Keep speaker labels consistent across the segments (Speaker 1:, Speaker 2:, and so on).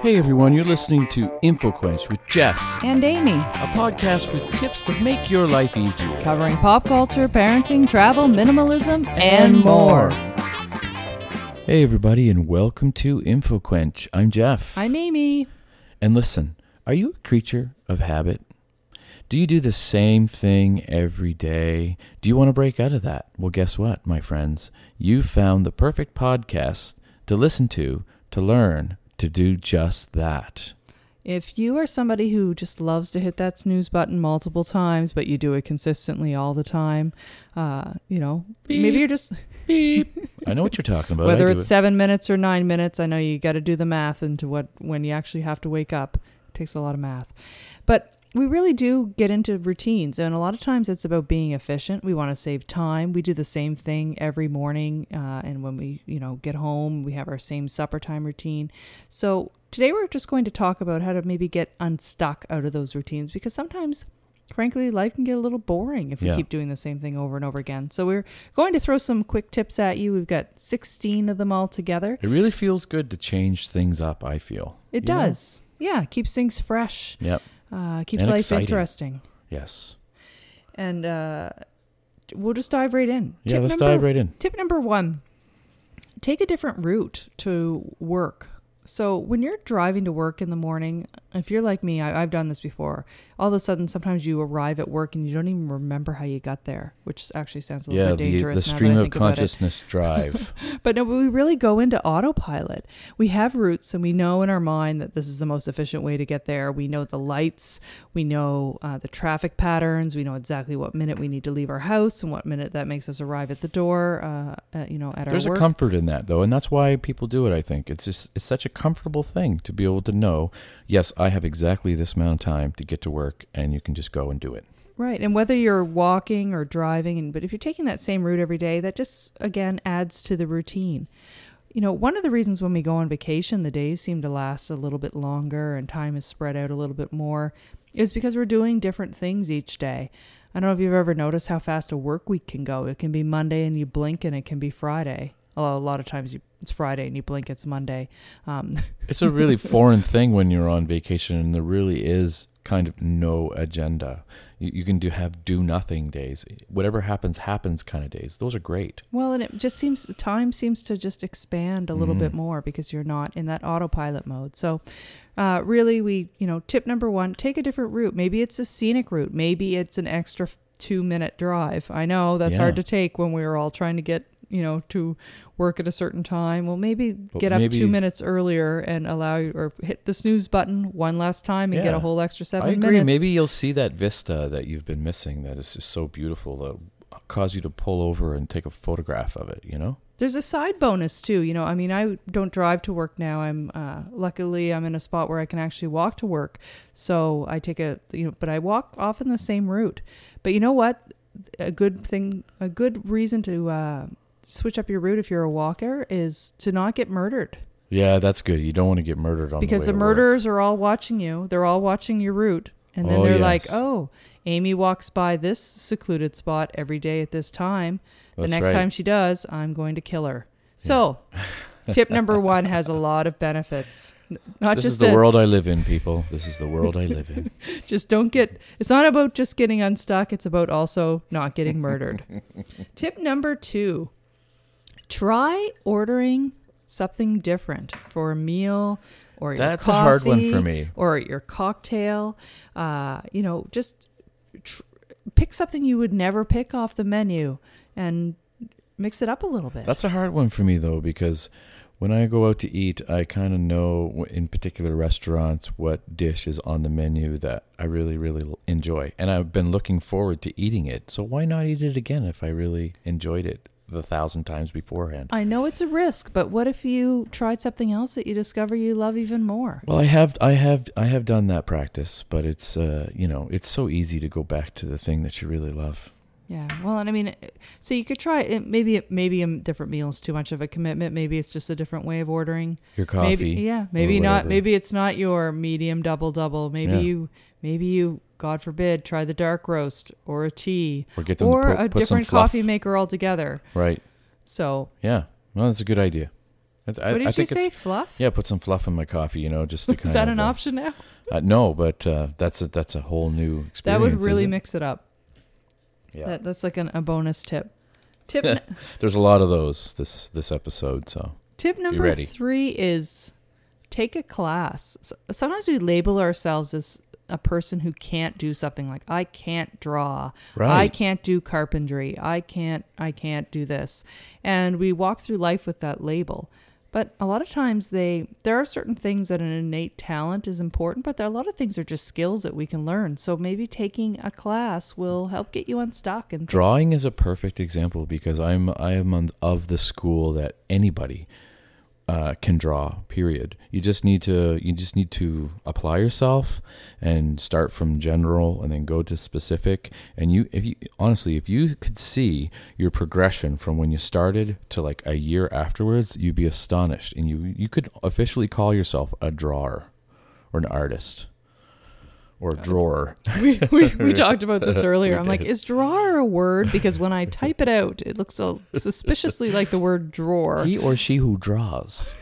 Speaker 1: Hey everyone, you're listening to InfoQuench with Jeff,
Speaker 2: and Amy,
Speaker 1: a podcast with tips to make your life easier.
Speaker 2: covering pop culture, parenting, travel, minimalism, and more.
Speaker 1: Hey everybody, and welcome to InfoQuench. I'm Jeff.
Speaker 2: I'm E- Amy.
Speaker 1: And listen, are you a creature of habit? Do you do the same thing every day? Do you want to break out of that? Well, guess what, my friends? You found the perfect podcast to listen to, to learn, to do just that.
Speaker 2: If you are somebody who just loves to hit that snooze button multiple times, but you do it consistently all the time, uh, you know, maybe you're just,
Speaker 1: Beep. I know what you're talking about. I
Speaker 2: whether
Speaker 1: do
Speaker 2: it's
Speaker 1: it.
Speaker 2: seven minutes or nine minutes, I know you got to do the math into what, when you actually have to wake up. It takes a lot of math. But we really do get into routines, and a lot of times it's about being efficient. We want to save time. We do the same thing every morning, uh, and when we, you know, get home, we have our same supper time routine. So today we're just going to talk about how to maybe get unstuck out of those routines because sometimes. Frankly, life can get a little boring if we
Speaker 1: Yeah.
Speaker 2: keep doing the same thing over and over again. So, we're going to throw some quick tips at you. We've got 16 of them all together.
Speaker 1: It really feels good to change things up, I feel.
Speaker 2: It
Speaker 1: You know?
Speaker 2: does. Yeah, keeps things fresh,
Speaker 1: Yep.
Speaker 2: uh, keeps
Speaker 1: And
Speaker 2: life
Speaker 1: exciting.
Speaker 2: interesting.
Speaker 1: Yes.
Speaker 2: and uh, we'll just dive right in.
Speaker 1: Yeah, let's dive right in.
Speaker 2: Tip number one: take a different route to work. So when you're driving to work in the morning, if you're like me, I, I've done this before. All of a sudden, sometimes you arrive at work and you don't even remember how you got there, which actually sounds a little
Speaker 1: Yeah,
Speaker 2: bit
Speaker 1: the,
Speaker 2: dangerous.
Speaker 1: the
Speaker 2: now that
Speaker 1: stream
Speaker 2: I
Speaker 1: of
Speaker 2: think about it.
Speaker 1: consciousness drive.
Speaker 2: But no, we really go into autopilot. We have routes and we know in our mind that this is the most efficient way to get there. We know the lights, we know uh, the traffic patterns, we know exactly what minute we need to leave our house and what minute that makes us arrive at the door, uh, uh, you know, at
Speaker 1: There's
Speaker 2: our
Speaker 1: a
Speaker 2: work.
Speaker 1: comfort in that though, and that's why people do it, I think. It's just it's such a comfortable thing to be able to know, yes, I have exactly this amount of time to get to work and you can just go and do it.
Speaker 2: right. And whether you're walking or driving, and, but if you're taking that same route every day, that just, again, adds to the routine. You know, one of the reasons when we go on vacation, the days seem to last a little bit longer and time is spread out a little bit more is because we're doing different things each day. I don't know if you've ever noticed how fast a work week can go. It can be Monday and you blink and it can be Friday. Although a lot of times you, it's Friday and you blink, it's Monday. Um,
Speaker 1: It's a really foreign thing when you're on vacation and there really is kind of no agenda. You, you can do have do nothing days. Whatever happens happens kind of days. Those are great.
Speaker 2: well, and it just seems time seems to just expand a little
Speaker 1: Mm-hmm.
Speaker 2: bit more because you're not in that autopilot mode. So, uh, really, we you know, tip number one: take a different route. Maybe it's a scenic route. Maybe it's an extra two-minute drive. I know that's
Speaker 1: Yeah.
Speaker 2: hard to take when we were all trying to get you know to work at a certain time. Well, maybe
Speaker 1: But
Speaker 2: get up
Speaker 1: maybe-
Speaker 2: two minutes earlier and allow you or hit the snooze button one last time and get
Speaker 1: Yeah.
Speaker 2: a whole extra seven
Speaker 1: I agree.
Speaker 2: minutes.
Speaker 1: Maybe you'll see that vista that you've been missing that is just so beautiful that'll cause you to pull over and take a photograph of it, you know?
Speaker 2: There's a side bonus too. You know, I mean, I don't drive to work now. I'm uh, luckily I'm in a spot where I can actually walk to work. So I take a you know, but I walk often the same route. But you know what? A good thing, a good reason to uh, switch up your route if you're a walker is to not get murdered
Speaker 1: Yeah, that's good. You don't want to get murdered on the,
Speaker 2: because
Speaker 1: way to
Speaker 2: the
Speaker 1: work.
Speaker 2: murderers are all watching you. They're all watching your route, and then
Speaker 1: Oh,
Speaker 2: they're like,
Speaker 1: yes.
Speaker 2: "Oh, Amy walks by this secluded spot every day at this time. The
Speaker 1: That's
Speaker 2: next
Speaker 1: right.
Speaker 2: time she does, I'm going to kill her." So, tip number one has a lot of benefits. N- Not
Speaker 1: This
Speaker 2: just
Speaker 1: is the
Speaker 2: a-
Speaker 1: world I live in, people. This is the world I live in.
Speaker 2: just don't get. It's not about just getting unstuck. It's about also not getting murdered. tip number two: try ordering something different for a meal. Or your
Speaker 1: That's a hard one for
Speaker 2: coffee.
Speaker 1: me.
Speaker 2: or your cocktail. Uh, you know, just tr- pick something you would never pick off the menu and mix it up a little bit.
Speaker 1: That's a hard one for me though because when I go out to eat, I kind of know w- in particular restaurants what dish is on the menu that I really really l- enjoy, and I've been looking forward to eating it. So why not eat it again if I really enjoyed it the thousand times beforehand?
Speaker 2: I know it's a risk, but what if you tried something else that you discover you love even more?
Speaker 1: Well, I have, I have, I have done that practice, but it's, uh, you know, it's so easy to go back to the thing that you really love.
Speaker 2: Yeah. Well, and I mean, so you could try it. Maybe maybe a different meal is too much of a commitment. Maybe it's just a different way of ordering.
Speaker 1: Your coffee,
Speaker 2: Maybe, yeah.
Speaker 1: or
Speaker 2: Maybe not.
Speaker 1: whatever.
Speaker 2: Maybe it's not your medium double double. Maybe
Speaker 1: Yeah.
Speaker 2: you maybe you God forbid try the dark roast or a tea
Speaker 1: or get them
Speaker 2: or
Speaker 1: to put,
Speaker 2: a
Speaker 1: put some
Speaker 2: different
Speaker 1: fluff.
Speaker 2: coffee maker altogether.
Speaker 1: Right?
Speaker 2: So
Speaker 1: Yeah. Well, that's a good idea. I, th- I-
Speaker 2: What
Speaker 1: I
Speaker 2: did you
Speaker 1: think it's-
Speaker 2: say? Fluff?
Speaker 1: Yeah, put some fluff in my coffee, you know, just to kind
Speaker 2: Is that
Speaker 1: of.
Speaker 2: an
Speaker 1: uh,
Speaker 2: option now?
Speaker 1: Uh, no, but uh, that's a that's a whole new experience.
Speaker 2: That would really
Speaker 1: isn't it?
Speaker 2: mix it up.
Speaker 1: Yeah.
Speaker 2: That, that's like an, a bonus tip. Tip n-
Speaker 1: There's a lot of those this this episode. So
Speaker 2: Tip number
Speaker 1: ready.
Speaker 2: three is take a class. So- Sometimes we label ourselves as a person who can't do something like I can't draw, I
Speaker 1: Right.
Speaker 2: can't do carpentry, I can't, I can't do this, and we walk through life with that label. But a lot of times they there are certain things that an innate talent is important, but there are a lot of things are just skills that we can learn. So maybe taking a class will help get you unstuck and
Speaker 1: drawing is a perfect example because I'm I am on- of the school that anybody uh, can draw. Period. You just need to you just need to apply yourself and start from general and then go to specific. And you if you honestly if you could see your progression from when you started to like a year afterwards, you'd be astonished and you you could officially call yourself a drawer or an artist or a drawer.
Speaker 2: we, we, we talked about this earlier.
Speaker 1: We
Speaker 2: I'm like,
Speaker 1: did.
Speaker 2: is drawer a word? Because when I type it out, it looks so suspiciously like the word drawer.
Speaker 1: He or she who draws.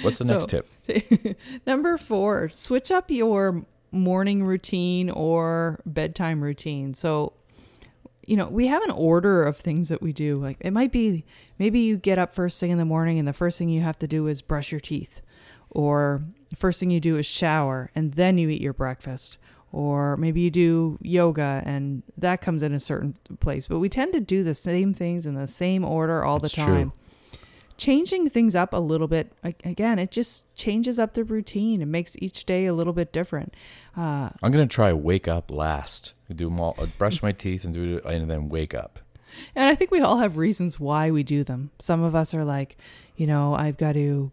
Speaker 1: What's the next
Speaker 2: So-
Speaker 1: tip?
Speaker 2: Number four, switch up your morning routine or bedtime routine. So, you know, we have an order of things that we do. Like it might be maybe you get up first thing in the morning and the first thing you have to do is brush your teeth, or first thing you do is shower and then you eat your breakfast. Or maybe you do yoga and that comes in a certain place. But we tend to do the same things in the same order all
Speaker 1: It's
Speaker 2: the
Speaker 1: true.
Speaker 2: time changing things up a little bit a- again it just changes up the routine and makes each day a little bit different uh,
Speaker 1: I'm gonna try wake up last. Do 'em all, uh, brush my teeth and do it, and then wake up.
Speaker 2: and i think we all have reasons why we do them some of us are like you know i've got to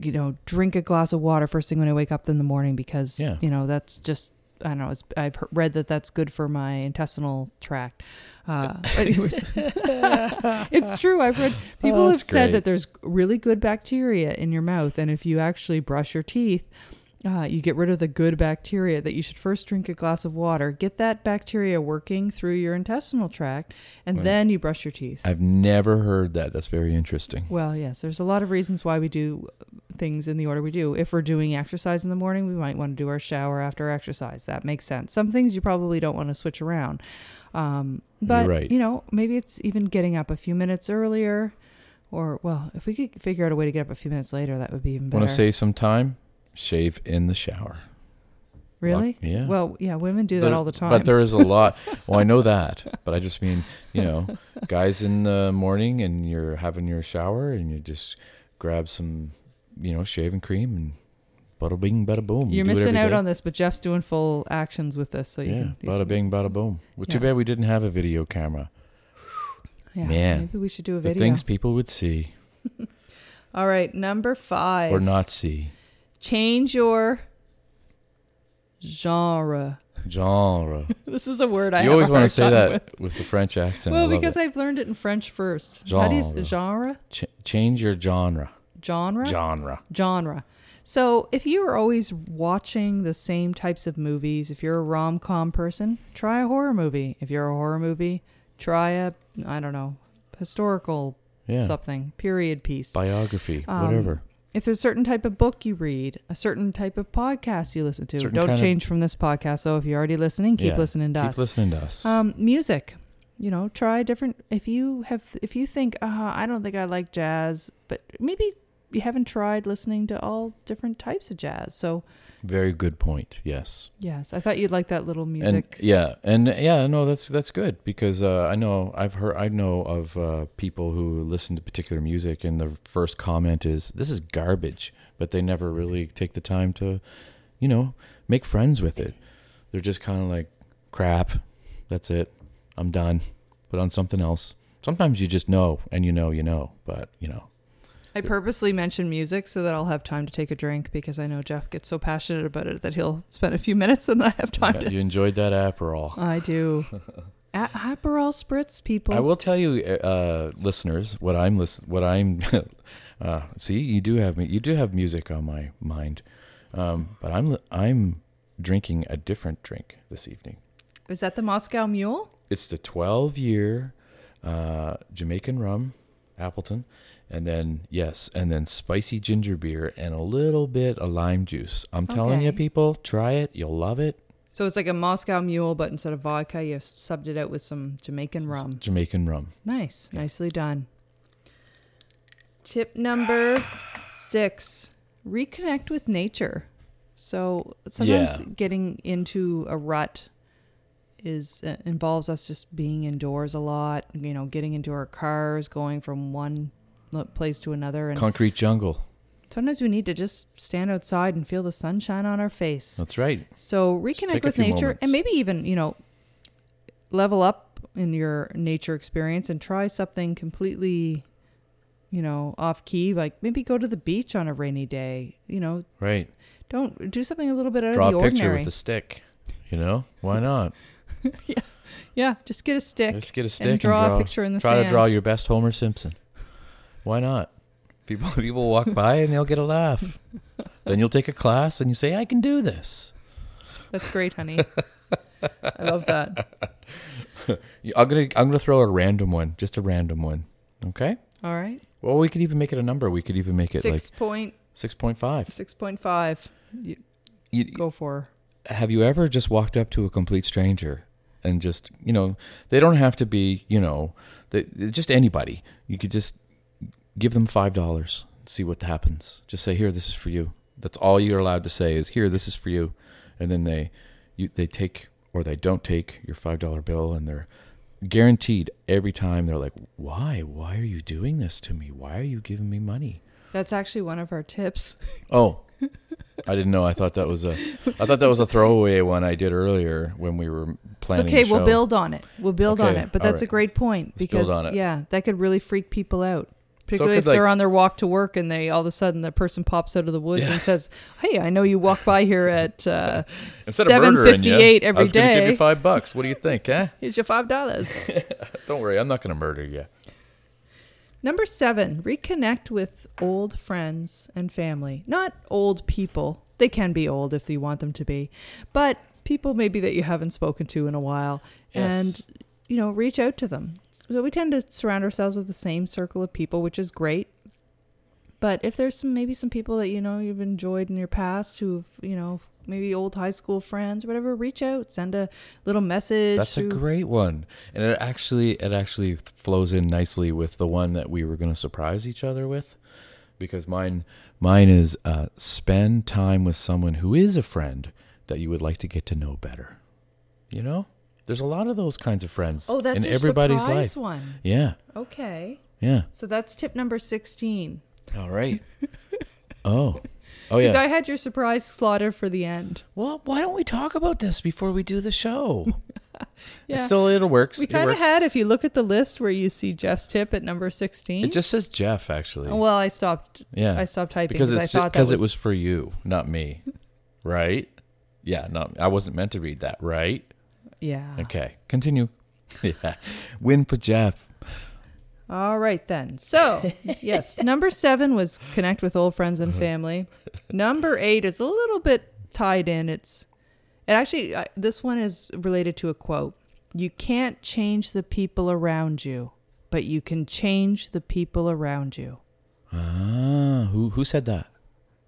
Speaker 2: you know drink a glass of water first thing when i wake up in the morning because
Speaker 1: Yeah.
Speaker 2: you know that's just I don't know. It's, I've he- read that that's good for my intestinal tract. Uh, but anyways, it's true. I've read people
Speaker 1: Oh,
Speaker 2: have
Speaker 1: that's
Speaker 2: said
Speaker 1: great.
Speaker 2: that there's really good bacteria in your mouth, and if you actually brush your teeth, uh, you get rid of the good bacteria. That you should first drink a glass of water, get that bacteria working through your intestinal tract, and
Speaker 1: Right.
Speaker 2: then you brush your teeth.
Speaker 1: I've never heard that. That's very interesting.
Speaker 2: Well, yes, there's a lot of reasons why we do things in the order we do. If we're doing exercise in the morning, we might want to do our shower after exercise. That makes sense. Some things you probably don't want to switch around. Um, but,
Speaker 1: right.
Speaker 2: you know, maybe it's even getting up a few minutes earlier. Or, well, if we could figure out a way to get up a few minutes later, that would be even better.
Speaker 1: Want to save some time? Shave in the shower.
Speaker 2: really?
Speaker 1: Lock- yeah.
Speaker 2: Well, yeah, women do that
Speaker 1: There-
Speaker 2: all the time.
Speaker 1: But there is a lot. Well, I know that, but I just mean you know, guys in the morning and you're having your shower and you just grab some, you know, shaving cream and bada bing, bada boom. You
Speaker 2: You're
Speaker 1: do it
Speaker 2: missing
Speaker 1: every
Speaker 2: out
Speaker 1: day.
Speaker 2: on this, but Jeff's doing full actions with this, so you
Speaker 1: yeah,
Speaker 2: can do
Speaker 1: bada
Speaker 2: some-
Speaker 1: bing, bada boom. Well, too
Speaker 2: Yeah.
Speaker 1: bad we didn't have a video camera.
Speaker 2: Yeah,
Speaker 1: Man.
Speaker 2: maybe we should do a
Speaker 1: The
Speaker 2: video.
Speaker 1: things people would see
Speaker 2: All right, number five.
Speaker 1: or not see.
Speaker 2: change your genre.
Speaker 1: Genre.
Speaker 2: This is a word I
Speaker 1: you always
Speaker 2: want to
Speaker 1: say that with. the French accent.
Speaker 2: Well,
Speaker 1: I love
Speaker 2: because
Speaker 1: it.
Speaker 2: I've learned it in French first. How do you s- genre?
Speaker 1: Ch- change your genre.
Speaker 2: Genre?
Speaker 1: Genre.
Speaker 2: genre. So, if you are always watching the same types of movies, if you're a rom com person, try a horror movie. If you're a horror movie, try a, I don't know, historical
Speaker 1: Yeah.
Speaker 2: something, period piece.
Speaker 1: Biography.
Speaker 2: Um,
Speaker 1: whatever.
Speaker 2: if there's a certain type of book you read, a certain type of podcast you listen to,
Speaker 1: Certain
Speaker 2: don't
Speaker 1: kind of-
Speaker 2: change from this podcast. So if you're already listening, keep
Speaker 1: Yeah,
Speaker 2: listening to
Speaker 1: Keep
Speaker 2: us.
Speaker 1: listening to us.
Speaker 2: Um, music, you know, try different. If you have, if you think, uh, I don't think I like jazz, but maybe you haven't tried listening to all different types of jazz. So
Speaker 1: Very good point. Yes.
Speaker 2: yes, I thought you'd like that little
Speaker 1: And
Speaker 2: music.
Speaker 1: yeah, and yeah, no, that's that's good because uh, I know I've heard I know of uh, people who listen to particular music, and the first comment is "This is garbage," but they never really take the time to, you know, make friends with it. They're just kind of like, "Crap, that's it. I'm done. Put on something else." Sometimes you just know, and you know, you know, but you know,
Speaker 2: I purposely mentioned music so that I'll have time to take a drink because I know Jeff gets so passionate about it that he'll spend a few minutes and I have time to.
Speaker 1: you enjoyed that aperol.
Speaker 2: I do. A- Aperol spritz, people.
Speaker 1: I will tell you, uh, listeners, what I'm listen, what I'm. uh, see, you do have me. You do have music on my mind, um, but I'm I'm drinking a different drink this evening.
Speaker 2: Is that the Moscow Mule?
Speaker 1: It's the 12 year uh, Jamaican rum, Appleton, And then, yes, and then spicy ginger beer and a little bit of lime juice. I'm telling you,
Speaker 2: Okay.
Speaker 1: people, try it. You'll love it.
Speaker 2: So it's like a Moscow Mule, but instead of vodka, you subbed it out with some Jamaican rum.
Speaker 1: Jamaican rum.
Speaker 2: Nice. Nicely done. Tip number six reconnect with nature. So sometimes
Speaker 1: Yeah.
Speaker 2: getting into a rut is uh, involves us just being indoors a lot, you know, getting into our cars, going from one lo- place to another and
Speaker 1: Concrete jungle.
Speaker 2: sometimes we need to just stand outside and feel the sunshine on our face.
Speaker 1: That's right.
Speaker 2: So
Speaker 1: take
Speaker 2: reconnect
Speaker 1: a
Speaker 2: with
Speaker 1: few
Speaker 2: nature
Speaker 1: moments.
Speaker 2: and maybe even, you know, level up in your nature experience and try something completely, you know, off key. Like maybe go to the beach on a rainy day. You know,
Speaker 1: Right.
Speaker 2: don't do something a little bit out
Speaker 1: Draw
Speaker 2: of the
Speaker 1: a picture
Speaker 2: ordinary.
Speaker 1: with a stick. You know, why not?
Speaker 2: yeah, just get a stick.
Speaker 1: Let's get a stick
Speaker 2: and draw, a picture in the
Speaker 1: try
Speaker 2: sand.
Speaker 1: to draw your best Homer Simpson. Why not? People people walk by and they'll get a laugh. then you'll take a class and you say, I can do this.
Speaker 2: That's great, honey. I love that.
Speaker 1: You- I'm gonna I'm gonna throw a random one, just a random one. Okay?
Speaker 2: All right,
Speaker 1: Well we could even make it a number. We could even make it
Speaker 2: six point
Speaker 1: like six point five.
Speaker 2: six point five. You,
Speaker 1: You,
Speaker 2: go for.
Speaker 1: have you ever just walked up to a complete stranger and just you know they don't have to be you know they, they're just anybody you could just give them five dollars see what happens just say here this is for you that's all you're allowed to say is here this is for you and then they you, they take or they don't take your five dollar bill and they're guaranteed every time they're like why why are you doing this to me why are you giving me money
Speaker 2: That's actually one of our tips.
Speaker 1: Oh, I didn't know. I thought that was a, I thought that was a throwaway one I did earlier when we were planning.
Speaker 2: It's okay.
Speaker 1: the
Speaker 2: We'll
Speaker 1: show.
Speaker 2: build on it. We'll build on
Speaker 1: Okay,
Speaker 2: it. But
Speaker 1: all
Speaker 2: that's a
Speaker 1: right.
Speaker 2: great point
Speaker 1: Let's build
Speaker 2: because
Speaker 1: on it.
Speaker 2: yeah, that could really freak people out. Particularly
Speaker 1: could,
Speaker 2: if they're
Speaker 1: like-
Speaker 2: on their walk to work and they all of a sudden the person pops out of the woods
Speaker 1: Yeah.
Speaker 2: and says, "Hey, I know you walk by here at uh,
Speaker 1: Instead of murdering you,
Speaker 2: 7:58
Speaker 1: I
Speaker 2: every
Speaker 1: was gonna give
Speaker 2: day.
Speaker 1: you five bucks. What do you think, huh?
Speaker 2: Here's your five dollars."
Speaker 1: Don't worry, I'm not gonna murder you.
Speaker 2: Number seven: reconnect with old friends and family. Not old people; they can be old if you want them to be, but people maybe that you haven't spoken to in a while,
Speaker 1: Yes.
Speaker 2: and you know, reach out to them. So we tend to surround ourselves with the same circle of people, which is great. But if there's some maybe some people that you know you've enjoyed in your past who you know maybe old high school friends, whatever, reach out, send a little message.
Speaker 1: That's a
Speaker 2: to-
Speaker 1: great one, and it actually it actually flows in nicely with the one that we were gonna surprise each other with, because mine mine is uh, spend time with someone who is a friend that you would like to get to know better. You know, there's a lot of those kinds of friends
Speaker 2: oh,
Speaker 1: in
Speaker 2: that's your
Speaker 1: everybody's
Speaker 2: surprise
Speaker 1: life.
Speaker 2: one.
Speaker 1: Yeah,
Speaker 2: Okay,
Speaker 1: yeah.
Speaker 2: so that's tip number sixteen.
Speaker 1: All right. oh. Oh
Speaker 2: Because
Speaker 1: yeah.
Speaker 2: I had your surprise slaughter for the end.
Speaker 1: well, why don't we talk about this before we do the show?
Speaker 2: Yeah.
Speaker 1: It still it works.
Speaker 2: we
Speaker 1: it
Speaker 2: kind of
Speaker 1: works.
Speaker 2: had, if you look at the list where you see Jeff's tip at number 16.
Speaker 1: It just says Jeff actually.
Speaker 2: well, I stopped.
Speaker 1: yeah.
Speaker 2: I stopped typing
Speaker 1: because
Speaker 2: because I
Speaker 1: it's
Speaker 2: thought that
Speaker 1: because it was for you, not me. right? Yeah, not I wasn't meant to read that, right?
Speaker 2: yeah.
Speaker 1: Okay. Continue. yeah. Win for Jeff.
Speaker 2: All right then. So yes, number seven was connect with old friends
Speaker 1: Uh-huh.
Speaker 2: and family. Number eight is a little bit tied in. It's it actually I, this one is related to a quote. You can't change the people around you, but you can change the people around you.
Speaker 1: Ah, who who said that?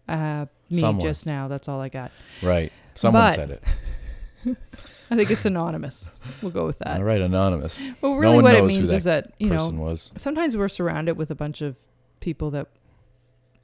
Speaker 2: Uh, me
Speaker 1: Someone.
Speaker 2: just now. That's all I got.
Speaker 1: Right. Someone
Speaker 2: But-
Speaker 1: said it.
Speaker 2: I think it's anonymous. We'll go with that.
Speaker 1: All right, anonymous.
Speaker 2: But really,
Speaker 1: one
Speaker 2: what it
Speaker 1: knows who
Speaker 2: means
Speaker 1: that
Speaker 2: is that you uh, know
Speaker 1: Person was.
Speaker 2: sometimes we're surrounded with a bunch of people that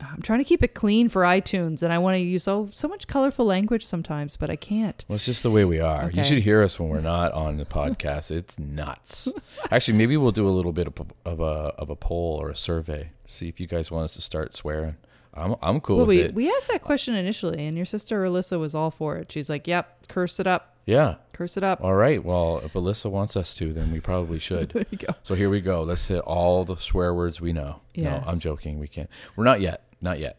Speaker 2: "Ah, I'm trying to keep it clean for iTunes, and I want to use so so much colorful language sometimes, but I can't.
Speaker 1: Well, it's just the way we are.
Speaker 2: Okay.
Speaker 1: You should hear us when we're not on the podcast. It's nuts. Actually, maybe we'll do a little bit of, of a of a poll or a survey. See if you guys want us to start swearing. I'm I'm cool
Speaker 2: Well,
Speaker 1: with
Speaker 2: we
Speaker 1: it.
Speaker 2: we asked that question initially, and your sister Alyssa was all for it. She's like, "Yep, curse it up,
Speaker 1: yeah.
Speaker 2: curse it up."
Speaker 1: All right. Well, if Alyssa wants us to, then we probably should.
Speaker 2: There you go.
Speaker 1: so here we go. Let's hit all the swear words we know.
Speaker 2: Yes.
Speaker 1: No, I'm joking. We can't. We're not yet. Not yet.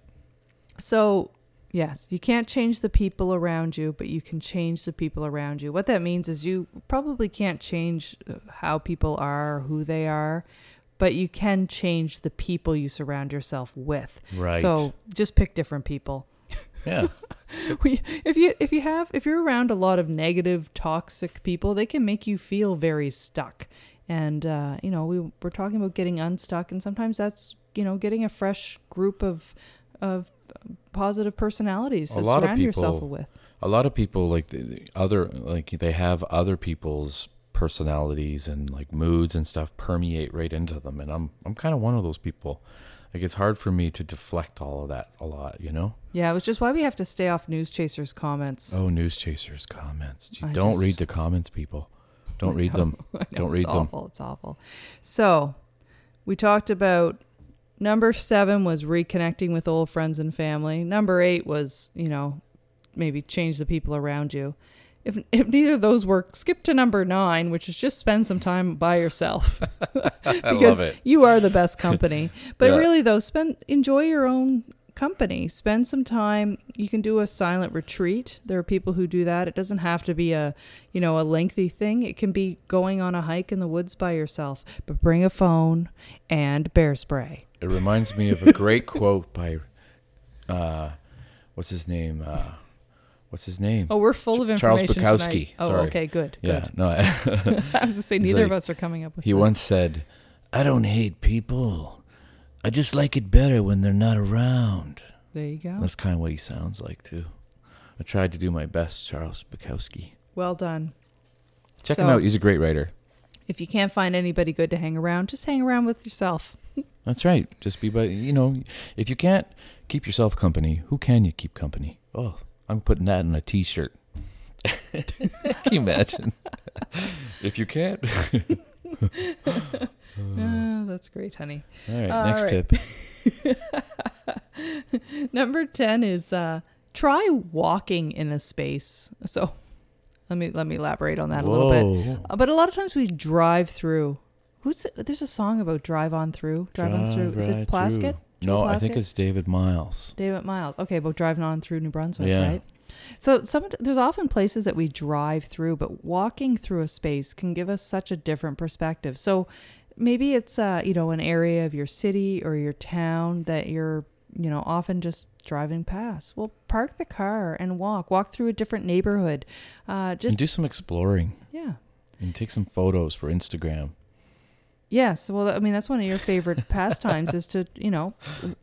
Speaker 2: So, yes, you can't change the people around you, but you can change the people around you. What that means is you probably can't change uh, how people are, or who they are, but you can change the people you surround yourself with.
Speaker 1: Right.
Speaker 2: So, just pick different people.
Speaker 1: Yeah.
Speaker 2: We- if you if you have if you're around a lot of negative, toxic people, they can make you feel very stuck. And uh, you know, we we're talking about getting unstuck, and sometimes that's you know, getting a fresh group of of positive personalities
Speaker 1: A
Speaker 2: to
Speaker 1: lot of
Speaker 2: surround yourself
Speaker 1: people-
Speaker 2: with.
Speaker 1: a lot of people like the, the other like they have other people's personalities and like moods and stuff permeate right into them and i'm i'm kind of one of those people like it's hard for me to deflect all of that a lot you know
Speaker 2: Yeah, which is why we have to stay off news chasers' comments.
Speaker 1: oh news chasers comments Gee,
Speaker 2: I
Speaker 1: don't
Speaker 2: just-
Speaker 1: read the comments people
Speaker 2: I
Speaker 1: don't read
Speaker 2: know.
Speaker 1: them
Speaker 2: I know,
Speaker 1: Don't
Speaker 2: it's
Speaker 1: read them.
Speaker 2: Awful. It's awful. So, we talked about number seven was reconnecting with old friends and family. Number eight was you know maybe change the people around you. If if neither of those work, skip to number nine, which is just spend some time by yourself
Speaker 1: i
Speaker 2: because
Speaker 1: love it
Speaker 2: you are the best company. But
Speaker 1: Yeah.
Speaker 2: really though, spend enjoy your own company. Spend some time. You can do a silent retreat. There are people who do that. It doesn't have to be a, you know, a lengthy thing. It can be going on a hike in the woods by yourself, but bring a phone and bear spray.
Speaker 1: it reminds me of a great quote by uh what's his name uh what's his name
Speaker 2: Oh, we're full of
Speaker 1: Ch- Charles
Speaker 2: information tonight.
Speaker 1: Bukowski,
Speaker 2: Oh,
Speaker 1: sorry.
Speaker 2: okay, good.
Speaker 1: yeah
Speaker 2: Good.
Speaker 1: no I-
Speaker 2: I was going to say
Speaker 1: He's
Speaker 2: neither of
Speaker 1: like-
Speaker 2: us are coming up with
Speaker 1: He
Speaker 2: that.
Speaker 1: once said, I don't hate people. I just like it better when they're not around.
Speaker 2: There you go.
Speaker 1: That's kind of what he sounds like, too. I tried to do my best, Charles Bukowski.
Speaker 2: Well done.
Speaker 1: Check
Speaker 2: So-
Speaker 1: him out. He's a great writer.
Speaker 2: If you can't find anybody good to hang around, just hang around with yourself.
Speaker 1: That's right. Just be by, you know, if you can't keep yourself company, who can you keep company? Oh, I'm putting that in a t shirt. can you imagine? if you can't. Mm.
Speaker 2: Ah, that's great, honey.
Speaker 1: All right,
Speaker 2: All
Speaker 1: next
Speaker 2: right.
Speaker 1: tip.
Speaker 2: Number 10 is uh try walking in a space. So let me let me elaborate on that a little bit.
Speaker 1: Whoa.
Speaker 2: Uh, But a lot of times we drive through. Who's there's a song about drive on through, drive, on through. Is
Speaker 1: right
Speaker 2: it Plaskett?
Speaker 1: through. No, I
Speaker 2: Plaskett?
Speaker 1: think it's David Miles.
Speaker 2: David Miles. Okay, about driving on through New Brunswick,
Speaker 1: Yeah.
Speaker 2: right? So some there's often places that we drive through, but walking through a space can give us such a different perspective. So maybe it's uh, you know an area of your city or your town that you're you know often just driving past. Well, park the car and walk. Walk through a different neighborhood. Uh,
Speaker 1: and
Speaker 2: just
Speaker 1: do some exploring.
Speaker 2: yeah.
Speaker 1: and take some photos for Instagram.
Speaker 2: Yes, well, I mean that's one of your favorite pastimes is to you know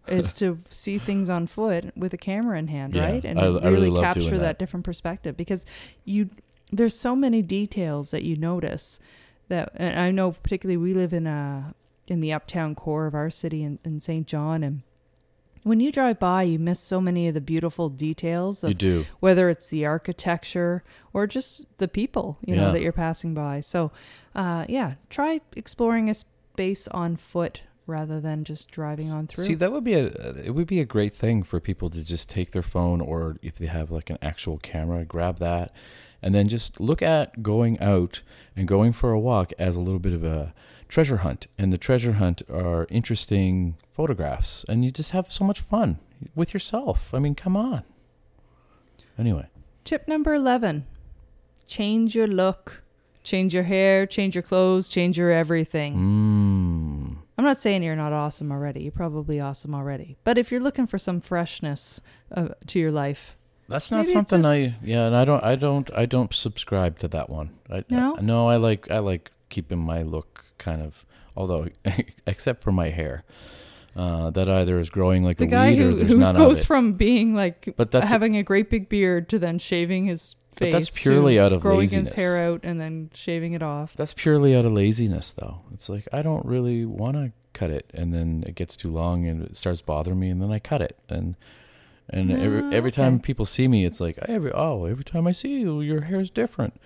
Speaker 2: is to see things on foot with a camera in hand,
Speaker 1: Yeah,
Speaker 2: right? And
Speaker 1: I- I
Speaker 2: really,
Speaker 1: really love
Speaker 2: capture
Speaker 1: doing
Speaker 2: that.
Speaker 1: that.
Speaker 2: different perspective because you there's so many details that you notice that and I know particularly we live in a in the uptown core of our city in, in St. John and when you drive by you miss so many of the beautiful details of
Speaker 1: You do.
Speaker 2: whether it's the architecture or just the people you know
Speaker 1: Yeah.
Speaker 2: that you're passing by so uh, yeah try exploring a space on foot rather than just driving on through
Speaker 1: See, that would be a uh, it would be a great thing for people to just take their phone or if they have like an actual camera, grab that and then just look at going out and going for a walk as a little bit of a treasure hunt. And the treasure hunt are interesting photographs and you just have so much fun with yourself. I mean, come on. Anyway,
Speaker 2: tip number 11 change your look change your hair change your clothes change your everything
Speaker 1: mm,
Speaker 2: i'm not saying you're not awesome already you're probably awesome already but if you're looking for some freshness uh, to your life
Speaker 1: That's not
Speaker 2: Maybe it's
Speaker 1: something
Speaker 2: just-
Speaker 1: I yeah, and I don't I don't I don't subscribe to that one. I,
Speaker 2: No?
Speaker 1: I, no, I like I like keeping my look kind of although except for my hair. Uh, that either is growing like
Speaker 2: the
Speaker 1: a
Speaker 2: guy
Speaker 1: weed
Speaker 2: who
Speaker 1: or there's
Speaker 2: who
Speaker 1: none
Speaker 2: goes
Speaker 1: of it.
Speaker 2: from being like
Speaker 1: But that's-
Speaker 2: having a great big beard to then shaving his
Speaker 1: But
Speaker 2: face.
Speaker 1: that's
Speaker 2: to
Speaker 1: purely out of
Speaker 2: growing
Speaker 1: laziness.
Speaker 2: his hair out and then shaving it off.
Speaker 1: That's purely out of laziness though. It's like I don't really want to cut it and then it gets too long and it starts bothering me and then I cut it and and
Speaker 2: Ah,
Speaker 1: every, every time
Speaker 2: okay.
Speaker 1: people see me it's like every oh every time I see you your hair's different.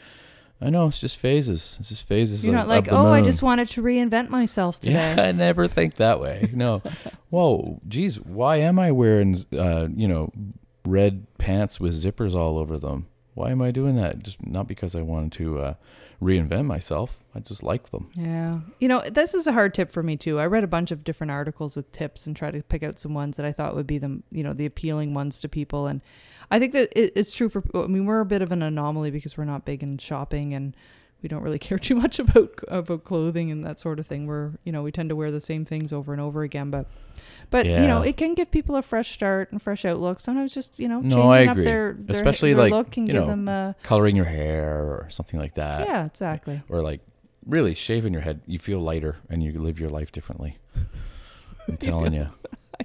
Speaker 1: I know it's just phases. It's just phases.
Speaker 2: You're
Speaker 1: of-
Speaker 2: not like,
Speaker 1: of the
Speaker 2: oh, I
Speaker 1: moon."
Speaker 2: just wanted to reinvent myself today.
Speaker 1: Yeah, I never think that way. No. Whoa, geez, why am I wearing, uh, you know, red pants with zippers all over them? Why am I doing that? Just not because I wanted to uh, reinvent myself. I just like them.
Speaker 2: Yeah. You know, this is a hard tip for me too. I read a bunch of different articles with tips and tried to pick out some ones that I thought would be the, you know, the appealing ones to people. And I think that it, it's true for, I mean, we're a bit of an anomaly because we're not big in shopping and we don't really care too much about, about clothing and that sort of thing. We're, you know, we tend to wear the same things over and over again, but, but you know,
Speaker 1: Yeah.
Speaker 2: it can give people a fresh start and fresh outlook. Sometimes just, you know, changing
Speaker 1: No, I
Speaker 2: up
Speaker 1: agree.
Speaker 2: their, their,
Speaker 1: Especially,
Speaker 2: their
Speaker 1: like,
Speaker 2: look and
Speaker 1: you
Speaker 2: give
Speaker 1: know, uh,
Speaker 2: them a,
Speaker 1: Coloring your hair or something like that.
Speaker 2: yeah, exactly.
Speaker 1: Or like really shaving your head. You feel lighter and you live your life differently. I'm telling you.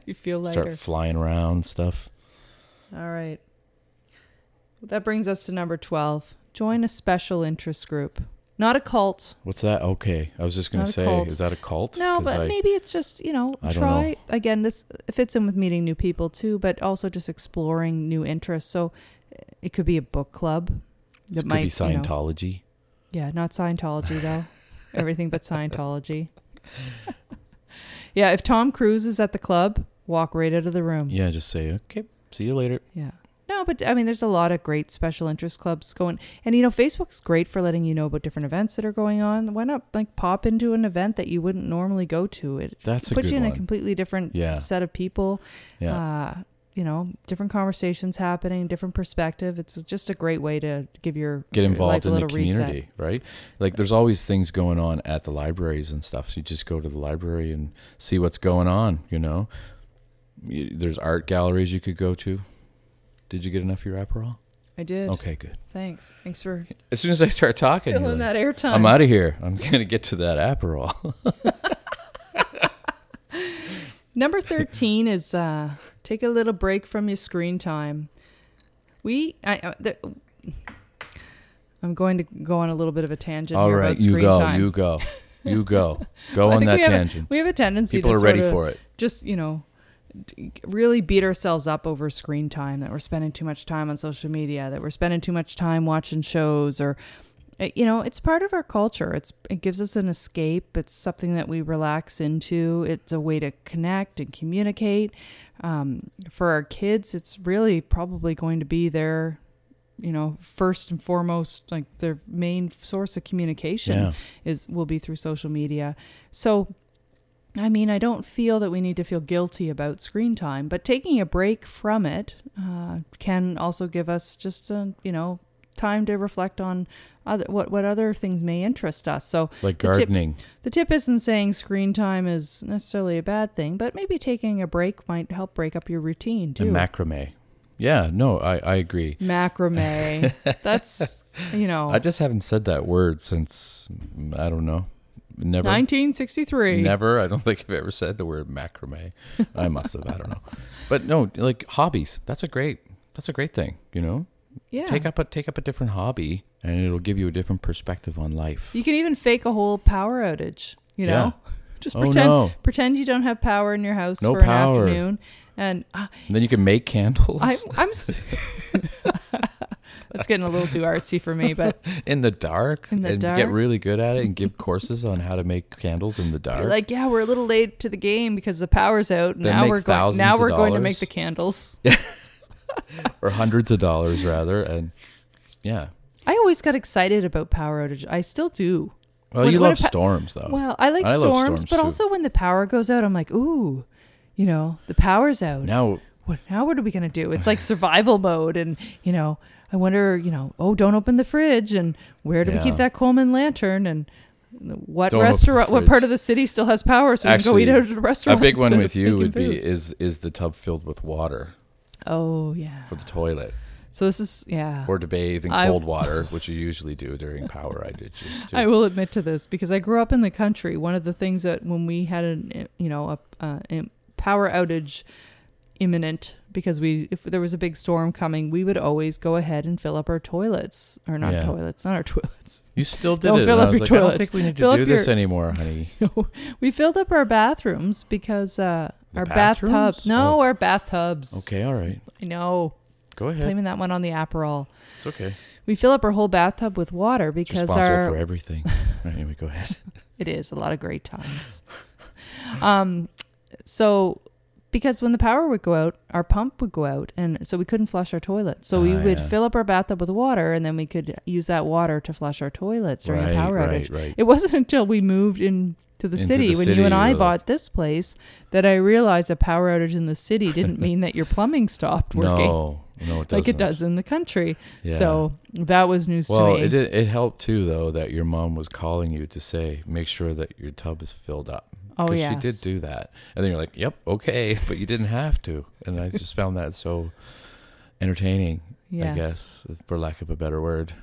Speaker 2: you feel lighter.
Speaker 1: Start flying around stuff.
Speaker 2: All right. That brings us to number 12. Join a special interest group. Not a cult.
Speaker 1: What's that? Okay. I was just going
Speaker 2: Not
Speaker 1: to say,
Speaker 2: a cult.
Speaker 1: is that a cult?
Speaker 2: No,
Speaker 1: 'Cause
Speaker 2: but
Speaker 1: I-
Speaker 2: maybe it's just, you know,
Speaker 1: I don't
Speaker 2: try. Again, this fits in with meeting new people too, but also just exploring new interests. So it could be a book club.
Speaker 1: this
Speaker 2: It
Speaker 1: could be Scientology.
Speaker 2: Yeah, not Scientology though. Everything but Scientology. yeah, if Tom Cruise is at the club, walk right out of the room.
Speaker 1: Yeah, just say, okay, see you later.
Speaker 2: Yeah. No, but I mean, there's a lot of great special interest clubs going, and you know, Facebook's great for letting you know about different events that are going on. Why not like pop into an event that you wouldn't normally go to? It
Speaker 1: That's a
Speaker 2: puts
Speaker 1: good
Speaker 2: you in a
Speaker 1: one.
Speaker 2: completely different
Speaker 1: Yeah.
Speaker 2: set of people.
Speaker 1: yeah.
Speaker 2: Uh, you know, different conversations happening, different perspective. It's just a great way to give your
Speaker 1: Get
Speaker 2: your
Speaker 1: involved
Speaker 2: life a
Speaker 1: in the
Speaker 2: little reset.
Speaker 1: community, right? Like there's always things going on at the libraries and stuff. So you just go to the library and see what's going on, you know? You, there's art galleries you could go to. Did you get enough of your Aperol?
Speaker 2: I did.
Speaker 1: Okay, good.
Speaker 2: Thanks. Thanks for
Speaker 1: As soon as I start talking, you're
Speaker 2: filling
Speaker 1: like,
Speaker 2: that airtime.
Speaker 1: I'm out of here. I'm going to get to that Aperol.
Speaker 2: Number 13 is uh, take a little break from your screen time. We, I, I- the, I'm going to go on a little bit of a tangent
Speaker 1: All
Speaker 2: here
Speaker 1: right,
Speaker 2: about
Speaker 1: you
Speaker 2: screen
Speaker 1: go.
Speaker 2: time.
Speaker 1: You go. You go. Go
Speaker 2: I
Speaker 1: on
Speaker 2: think
Speaker 1: that
Speaker 2: we have a-
Speaker 1: tangent.
Speaker 2: we have a tendency
Speaker 1: People
Speaker 2: to
Speaker 1: are ready
Speaker 2: sorta
Speaker 1: for it.
Speaker 2: just, you know, d- really beat ourselves up over screen time that we're spending too much time on social media, that we're spending too much time watching shows or uh, you know, it's part of our culture. It's it gives us an escape. It's something that we relax into. It's a way to connect and communicate. Um, for our kids, it's really probably going to be their, you know, first and foremost, like their main source of communication
Speaker 1: Yeah.
Speaker 2: is will be through social media. So I mean, I don't feel that we need to feel guilty about screen time, but taking a break from it uh, can also give us just a, you know time to reflect on other what what other things may interest us. So
Speaker 1: Like
Speaker 2: the tip-
Speaker 1: gardening.
Speaker 2: the tip isn't saying screen time is necessarily a bad thing, but maybe taking a break might help break up your routine too.
Speaker 1: And macrame. Yeah, no, I, I agree.
Speaker 2: Macrame. That's you know
Speaker 1: I just haven't said that word since mm, I don't know. Never
Speaker 2: 1963.
Speaker 1: never. I don't think I've ever said the word macrame. I must have, I don't know. But no, like hobbies. That's a great that's a great thing, you know?
Speaker 2: yeah.
Speaker 1: Take up a take up a different hobby and it'll give you a different perspective on life.
Speaker 2: You can even fake a whole power outage, you
Speaker 1: Yeah.
Speaker 2: know? Just
Speaker 1: Oh,
Speaker 2: pretend
Speaker 1: no.
Speaker 2: pretend you don't have power in your house
Speaker 1: No
Speaker 2: for
Speaker 1: power.
Speaker 2: an afternoon. And uh,
Speaker 1: And then you can make candles
Speaker 2: I, I'm. s- That's getting a little too artsy for me, but
Speaker 1: in the dark
Speaker 2: In the
Speaker 1: and
Speaker 2: dark?
Speaker 1: get really good at it and give courses on how to make candles in the dark.
Speaker 2: like, yeah, we're a little late to the game because the power's out. and
Speaker 1: Then
Speaker 2: Now
Speaker 1: make
Speaker 2: we're going.
Speaker 1: thousands
Speaker 2: Now
Speaker 1: of
Speaker 2: we're going to make
Speaker 1: dollars.
Speaker 2: the candles.
Speaker 1: or hundreds of dollars rather and yeah.
Speaker 2: I always got excited about power outage. I still do.
Speaker 1: Well,
Speaker 2: What-
Speaker 1: you
Speaker 2: what
Speaker 1: love
Speaker 2: if I-
Speaker 1: storms though.
Speaker 2: Well, I like
Speaker 1: Oh. I love
Speaker 2: storms,
Speaker 1: storms,
Speaker 2: but
Speaker 1: too.
Speaker 2: also when the power goes out, I'm like, ooh, you know, the power's out.
Speaker 1: now
Speaker 2: what now what are we going to do it's like survival mode and you know i wonder you know oh don't open the fridge and where do we
Speaker 1: Yeah.
Speaker 2: keep that coleman lantern and what
Speaker 1: Don't open the
Speaker 2: restaurant what
Speaker 1: fridge.
Speaker 2: part of the city still has power so we can go eat out at a restaurant
Speaker 1: A big one
Speaker 2: instead
Speaker 1: with
Speaker 2: of
Speaker 1: you would
Speaker 2: making
Speaker 1: be
Speaker 2: food?
Speaker 1: is is the tub filled with water
Speaker 2: oh yeah
Speaker 1: for the toilet
Speaker 2: so this is yeah
Speaker 1: or to bathe in
Speaker 2: I-
Speaker 1: cold water, which you usually do during power outages.
Speaker 2: I
Speaker 1: Too.
Speaker 2: will admit to this because I grew up in the country. One of the things that when we had an you know a, uh, a power outage imminent because we if there was a big storm coming, we would always go ahead and fill up our toilets or not
Speaker 1: Yeah.
Speaker 2: toilets, not our toilets.
Speaker 1: You still did
Speaker 2: Don't
Speaker 1: it.
Speaker 2: fill
Speaker 1: and I
Speaker 2: up
Speaker 1: was
Speaker 2: your
Speaker 1: like, I
Speaker 2: toilets.
Speaker 1: don't think we need to
Speaker 2: Fill up
Speaker 1: do this
Speaker 2: your-
Speaker 1: anymore, honey.
Speaker 2: we filled up our bathrooms because uh,
Speaker 1: The
Speaker 2: our
Speaker 1: bathrooms?
Speaker 2: bathtubs. No,
Speaker 1: Oh.
Speaker 2: our bathtubs.
Speaker 1: Okay, all right.
Speaker 2: I know.
Speaker 1: Go ahead.
Speaker 2: Blaming that one on the Aperol.
Speaker 1: It's okay.
Speaker 2: We fill up our whole bathtub with water
Speaker 1: You're
Speaker 2: because
Speaker 1: responsible
Speaker 2: our
Speaker 1: for everything. Anyway, go ahead.
Speaker 2: It is a lot of great times. um, so because when the power would go out, our pump would go out, and so we couldn't flush our toilets. So we
Speaker 1: Ah,
Speaker 2: would
Speaker 1: yeah.
Speaker 2: fill up our bathtub with water, and then we could use that water to flush our toilets during
Speaker 1: right,
Speaker 2: a power
Speaker 1: right,
Speaker 2: outage.
Speaker 1: right.
Speaker 2: It wasn't until we moved in. To the
Speaker 1: Into
Speaker 2: city
Speaker 1: the
Speaker 2: when
Speaker 1: city,
Speaker 2: you and
Speaker 1: you
Speaker 2: I
Speaker 1: were
Speaker 2: bought this place, that I realized a power outage in the city didn't mean that your plumbing stopped working
Speaker 1: No, no, it doesn't.
Speaker 2: like it does in the country.
Speaker 1: Yeah.
Speaker 2: So that was news
Speaker 1: Well,
Speaker 2: to me.
Speaker 1: it did, it helped too though that your mom was calling you to say make sure that your tub is filled up.
Speaker 2: oh
Speaker 1: Because
Speaker 2: yeah,
Speaker 1: she did do that. And then you're like, yep, okay, but you didn't have to. And I just found that so entertaining,
Speaker 2: yes.
Speaker 1: I guess, for lack of a better word.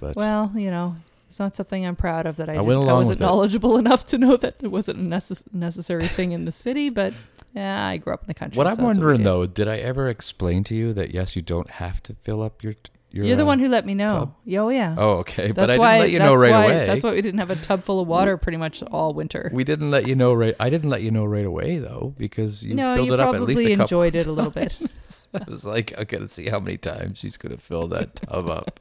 Speaker 1: But
Speaker 2: Well, you know, It's not something I'm proud of that I,
Speaker 1: I
Speaker 2: did.
Speaker 1: went along
Speaker 2: wasn't
Speaker 1: with it.
Speaker 2: knowledgeable enough to know that it wasn't a necess- necessary thing in the city, but yeah, I grew up in the country.
Speaker 1: What
Speaker 2: so
Speaker 1: I'm
Speaker 2: that's we
Speaker 1: wondering
Speaker 2: did.
Speaker 1: though, did I ever explain to you that yes, you don't have to fill up your t- your?
Speaker 2: you're the
Speaker 1: uh,
Speaker 2: one who let me know.
Speaker 1: tub?
Speaker 2: Yeah, Oh yeah,
Speaker 1: Oh, okay,
Speaker 2: that's
Speaker 1: but I
Speaker 2: why.
Speaker 1: didn't let you know
Speaker 2: that's
Speaker 1: right
Speaker 2: why-
Speaker 1: away.
Speaker 2: That's why we didn't have a tub full of water pretty much all winter.
Speaker 1: we didn't let you know right. I didn't let you know right away though because you
Speaker 2: no,
Speaker 1: filled
Speaker 2: you
Speaker 1: it up
Speaker 2: probably
Speaker 1: at least a couple.
Speaker 2: enjoyed it a little bit.
Speaker 1: I was like, I gotta see how many times she's gonna fill that tub up.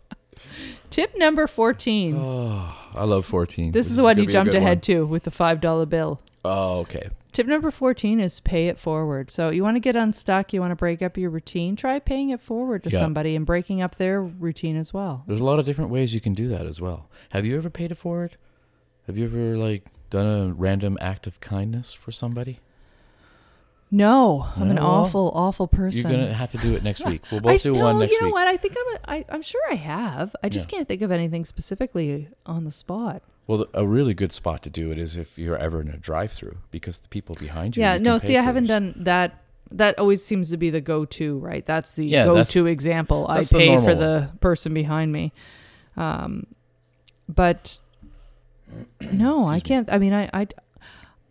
Speaker 2: Tip number fourteen.
Speaker 1: Oh, I love fourteen.
Speaker 2: this, is the one
Speaker 1: gonna
Speaker 2: you
Speaker 1: be a
Speaker 2: jumped
Speaker 1: good
Speaker 2: ahead
Speaker 1: one.
Speaker 2: to with the five dollar bill.
Speaker 1: Oh, okay.
Speaker 2: Tip number 14 is pay it forward. So, you want to get unstuck, you want to break up your routine, try paying it forward to
Speaker 1: Yeah.
Speaker 2: somebody and breaking up their routine as well.
Speaker 1: There's a lot of different ways you can do that as well. Have you ever paid it forward? Have you ever like done a random act of kindness for somebody?
Speaker 2: No, I'm an
Speaker 1: Yeah, well,
Speaker 2: awful, awful person.
Speaker 1: You're gonna have to do it next week. We'll
Speaker 2: I
Speaker 1: both do one
Speaker 2: no,
Speaker 1: next
Speaker 2: you know
Speaker 1: week.
Speaker 2: what? I think I'm, a, I, am i am sure I have. I just
Speaker 1: Yeah.
Speaker 2: can't think of anything specifically on the spot.
Speaker 1: Well, th- a really good spot to do it is if you're ever in a drive-through because the people behind you.
Speaker 2: yeah,
Speaker 1: you
Speaker 2: no,
Speaker 1: can
Speaker 2: see,
Speaker 1: pay
Speaker 2: I
Speaker 1: for
Speaker 2: haven't
Speaker 1: yours.
Speaker 2: done that. That always seems to be the go to, right? That's the
Speaker 1: Yeah,
Speaker 2: go
Speaker 1: that's-
Speaker 2: to example. I
Speaker 1: that's the
Speaker 2: pay for
Speaker 1: normal one.
Speaker 2: the person behind me. Um, but no,
Speaker 1: Excuse
Speaker 2: I
Speaker 1: me.
Speaker 2: can't. I mean, I, I,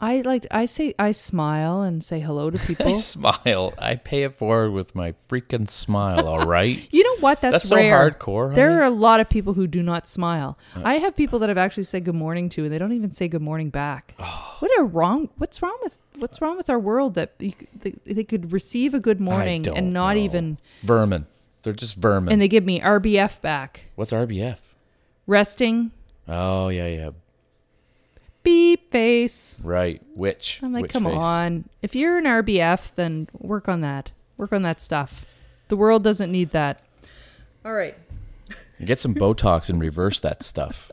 Speaker 2: I like, I say, I smile and say hello to
Speaker 1: I
Speaker 2: people.
Speaker 1: smile. I pay it forward with my freaking smile. All right.
Speaker 2: you know what? That's,
Speaker 1: That's, so
Speaker 2: rare.
Speaker 1: hardcore.
Speaker 2: There
Speaker 1: honey.
Speaker 2: are a lot of people who do not smile.
Speaker 1: Uh,
Speaker 2: I have people that I've actually said good morning to, and they don't even say good morning back.
Speaker 1: Oh.
Speaker 2: what are wrong? What's wrong with what's wrong with our world that you, c- they, they could receive a good morning
Speaker 1: don't
Speaker 2: and not
Speaker 1: know.
Speaker 2: even,
Speaker 1: vermin. They're just vermin.
Speaker 2: and they give me RBF back,
Speaker 1: What's RBF?
Speaker 2: resting
Speaker 1: Oh yeah, yeah.
Speaker 2: beep face.
Speaker 1: Right. Which?
Speaker 2: I'm like,
Speaker 1: Which
Speaker 2: come
Speaker 1: face?
Speaker 2: on. If you're an RBF, then work on that. Work on that stuff. The world doesn't need that. All right.
Speaker 1: Get some Botox and reverse that stuff.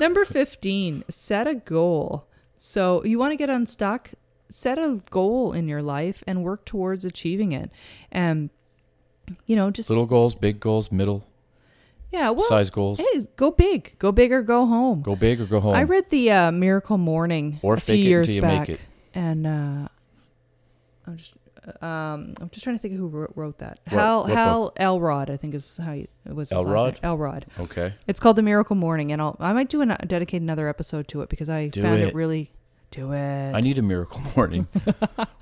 Speaker 2: Number 15, set a goal. So, you want to get unstuck? Set a goal in your life and work towards achieving it. And, you know, just,
Speaker 1: Little goals, big goals, middle
Speaker 2: yeah, well,
Speaker 1: size goals.
Speaker 2: hey, go big. Go big or go home.
Speaker 1: Go big or go home.
Speaker 2: I read the uh, Miracle Morning
Speaker 1: Or
Speaker 2: a
Speaker 1: fake it
Speaker 2: few years
Speaker 1: until you make
Speaker 2: back,
Speaker 1: it.
Speaker 2: and uh, I'm just um, I'm just trying to think of who wrote, wrote that.
Speaker 1: What-
Speaker 2: Hal
Speaker 1: what
Speaker 2: Hal Elrod, I think is how you, it was. His
Speaker 1: Elrod?
Speaker 2: Last name. Elrod.
Speaker 1: okay.
Speaker 2: It's called the Miracle Morning, and I'll I might do an, uh, dedicate another episode to it because I
Speaker 1: Do
Speaker 2: found it.
Speaker 1: it.
Speaker 2: really do it.
Speaker 1: I need a miracle morning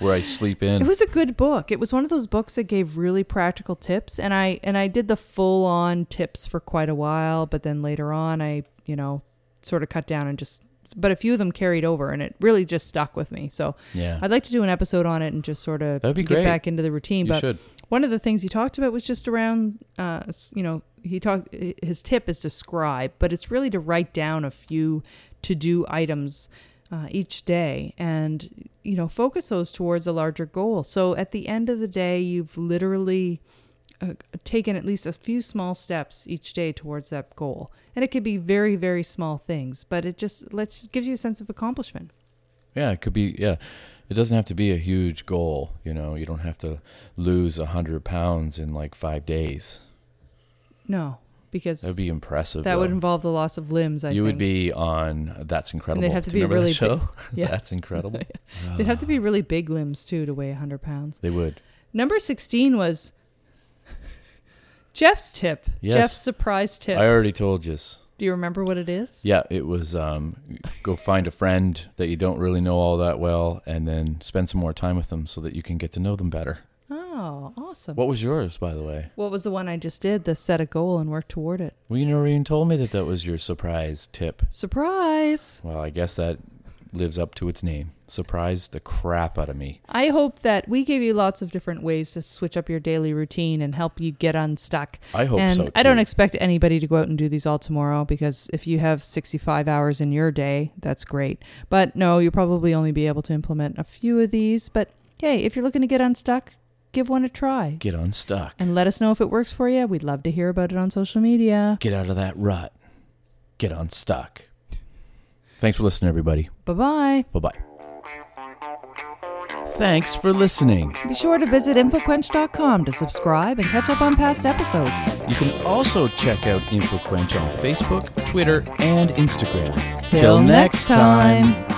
Speaker 1: where I sleep in.
Speaker 2: it was a good book. It was one of those books that gave really practical tips, and I and I did the full on tips for quite a while, but then later on, I you know sort of cut down and just. But a few of them carried over, and it really just stuck with me. So
Speaker 1: yeah.
Speaker 2: I'd like to do an episode on it and just sort of
Speaker 1: That'd be
Speaker 2: get
Speaker 1: great.
Speaker 2: back into the routine.
Speaker 1: you
Speaker 2: but
Speaker 1: should.
Speaker 2: one of the things he talked about was just around, uh, s- you know, he talked. His tip is to scribe, but it's really to write down a few to-do items uh, each day, and you know, focus those towards a larger goal. So at the end of the day, you've literally uh, taken at least a few small steps each day towards that goal, and it could be very, very small things, but it just lets gives you a sense of accomplishment.
Speaker 1: Yeah, it could be. Yeah, it doesn't have to be a huge goal. You know, you don't have to lose a hundred pounds in like five days.
Speaker 2: No, because
Speaker 1: That'd be impressive.
Speaker 2: That would
Speaker 1: though.
Speaker 2: involve the loss of limbs. I
Speaker 1: you
Speaker 2: think.
Speaker 1: would be on That's Incredible.
Speaker 2: have to
Speaker 1: Do
Speaker 2: be
Speaker 1: you remember
Speaker 2: really
Speaker 1: that show?
Speaker 2: big- yeah.
Speaker 1: That's Incredible.
Speaker 2: They'd have to be really big limbs too to weigh 100 pounds.
Speaker 1: They would.
Speaker 2: Number 16 was Jeff's tip.
Speaker 1: Yes.
Speaker 2: Jeff's surprise tip.
Speaker 1: I already told you. this.
Speaker 2: Do you remember what it is?
Speaker 1: Yeah, it was um, go find a friend that you don't really know all that well, and then spend some more time with them so that you can get to know them better.
Speaker 2: Oh, awesome.
Speaker 1: What was yours, by the way?
Speaker 2: What was the one I just did? The set a goal and work toward it.
Speaker 1: Well, you never even told me that that was your surprise tip.
Speaker 2: Surprise.
Speaker 1: Well, I guess that lives up to its name. Surprised the crap out of me.
Speaker 2: I hope that we gave you lots of different ways to switch up your daily routine and help you get unstuck.
Speaker 1: I hope
Speaker 2: and
Speaker 1: so. Too.
Speaker 2: I don't expect anybody to go out and do these all tomorrow because if you have 65 hours in your day, that's great. But no, you'll probably only be able to implement a few of these. But hey, if you're looking to get unstuck, give one a try
Speaker 1: get unstuck.
Speaker 2: and let us know if it works for you. We'd love to hear about it on social media.
Speaker 1: Get out of that rut. Get unstuck. Thanks for listening, everybody.
Speaker 2: Bye bye.
Speaker 1: Bye bye. Thanks for listening.
Speaker 2: Be sure to visit InfoQuench.com to subscribe and catch up on past episodes.
Speaker 1: You can also check out InfoQuench on Facebook, Twitter, and Instagram.
Speaker 2: Till next time.